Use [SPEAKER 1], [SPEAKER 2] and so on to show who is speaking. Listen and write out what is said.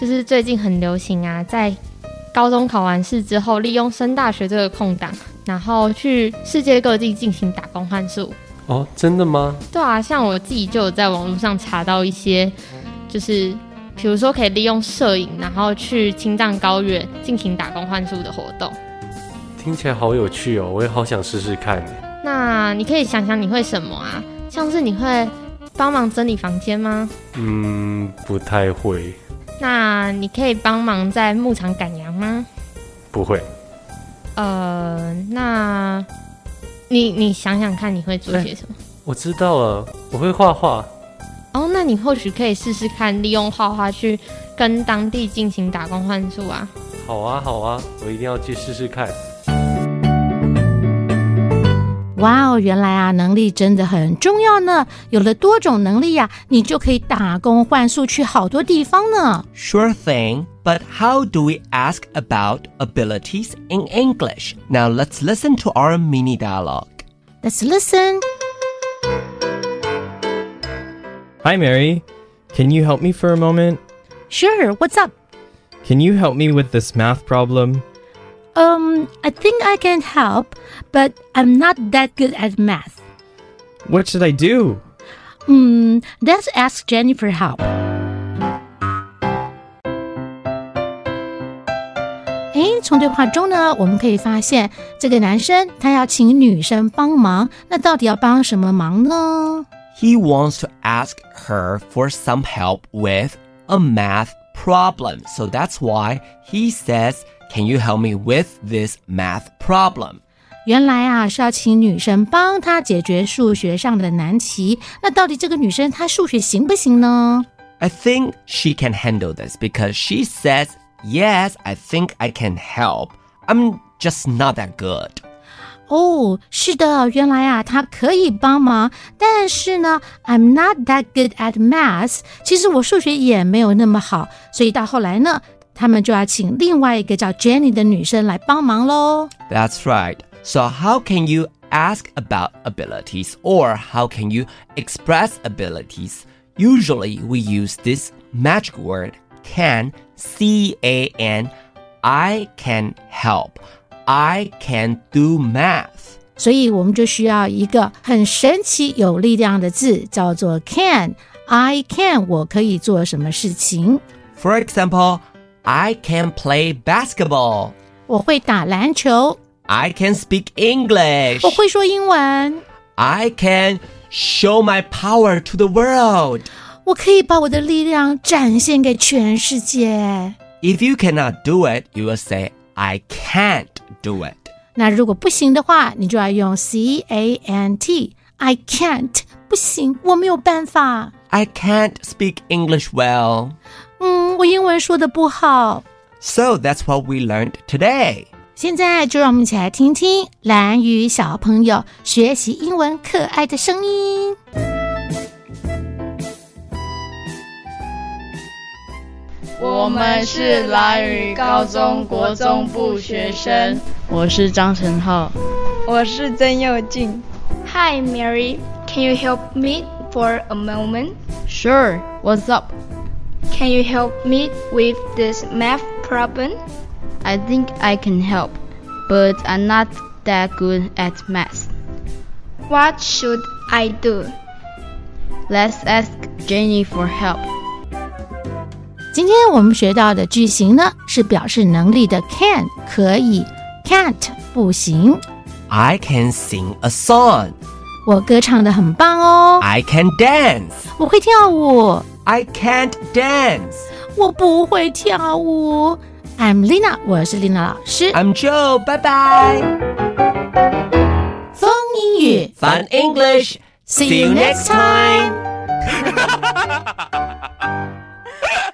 [SPEAKER 1] 就是最近很流行啊，在高中考完试之后，利用升大学这个空档，然后去世界各地进行打工换宿。
[SPEAKER 2] 哦，真的吗？
[SPEAKER 1] 对啊，像我自己就有在网络上查到一些，就是比如说可以利用摄影，然后去青藏高原进行打工换宿的活动。
[SPEAKER 2] 听起来好有趣哦，我也好想试试看。
[SPEAKER 1] 那你可以想想你会什么啊？像是你会帮忙整理房间吗？
[SPEAKER 2] 嗯，不太会，
[SPEAKER 1] 那你可以帮忙在牧场赶羊吗？
[SPEAKER 2] 不会。
[SPEAKER 1] 呃，那你你想想看，你会做些什么？
[SPEAKER 2] 我知道了，我会画画。
[SPEAKER 1] 哦，那你或许可以试试看，利用画画去跟当地进行打工换宿啊。
[SPEAKER 2] 好啊，好啊，我一定要去试试看。
[SPEAKER 3] 哇哦，原来啊，能力真的很重要呢。有了多种能力呀、你就可以打工换宿去好多地方呢。
[SPEAKER 4] Sure thing, but how do we ask about abilities in English? Now let's listen to our mini dialogue.
[SPEAKER 3] Let's listen.
[SPEAKER 5] Hi, Mary. Can you help me for a moment?
[SPEAKER 3] Sure, what's up?
[SPEAKER 5] Can you help me with this math problem?
[SPEAKER 3] Um, I think I can help, but I'm not that good at math.
[SPEAKER 5] What should I do?
[SPEAKER 3] Hmm, let's ask Jenny for help. 诶，从对话中呢，我们可以发现这个男生他要请女生帮忙，那到底要帮什么忙呢？
[SPEAKER 4] He wants to ask her for some help with a math problem. So that's why he says, Can you help me with this math problem?
[SPEAKER 3] 原来啊是要请女生帮他解决数学上的难题，那到底这个女生她数学行不行呢？
[SPEAKER 4] I think she can handle this because she says, Yes, I think I can help. I'm just not that good.
[SPEAKER 3] 哦，是的，原来啊她可以帮忙，但是呢，I'm not that good at math，其实我数学也没有那么好，所以到后来呢，他们就要请另外一个叫 Jenny 的女生来帮忙喽。
[SPEAKER 4] That's right. So, how can you ask about abilities or how can you express abilities? Usually, we use this magic word can, C A N. I can help. I can do math.
[SPEAKER 3] 所以我们就需要一个很神奇、有力量的字，叫做 can。I can，我可以做什么事情？
[SPEAKER 4] For example, I can play basketball.
[SPEAKER 3] 我会打篮球，
[SPEAKER 4] I can speak English.
[SPEAKER 3] 我会说英文，
[SPEAKER 4] I can show my power to the world.
[SPEAKER 3] 我可以把我的力量展现给全世界。
[SPEAKER 4] If you cannot do it, you will say, I can't do it.
[SPEAKER 3] 那如果不行的话，你就要用 C A N T。I can't，不行，我没有办法。
[SPEAKER 4] I can't speak English well.
[SPEAKER 3] 嗯，我英文说的不好。
[SPEAKER 4] So that's what we learned today.
[SPEAKER 3] 现在就让我们一起来听听蓝语小朋友学习英文可爱的声音。
[SPEAKER 6] 我们是蓝屿高中国中部学生，我是张晨浩，
[SPEAKER 7] 我是曾佑静，
[SPEAKER 8] Hi, Mary. Can you help me for a moment?
[SPEAKER 6] Sure, what's up?
[SPEAKER 8] Can you help me with this math problem?
[SPEAKER 6] I think I can help, but I'm not that good at math.
[SPEAKER 8] What should I do?
[SPEAKER 6] Let's ask Jenny for help.
[SPEAKER 3] 今天我们学到的句型呢，是表示能力的 can 可以，can't 不行。
[SPEAKER 4] I can sing a song.
[SPEAKER 3] 我歌唱的很棒哦，
[SPEAKER 4] I can dance.
[SPEAKER 3] 我会跳舞，
[SPEAKER 4] I can't dance.
[SPEAKER 3] 我不会跳舞。I'm Lina，我是 Lina 老师。
[SPEAKER 4] I'm Joe. Bye bye.
[SPEAKER 3] 风英语
[SPEAKER 4] Fun English. See you next time.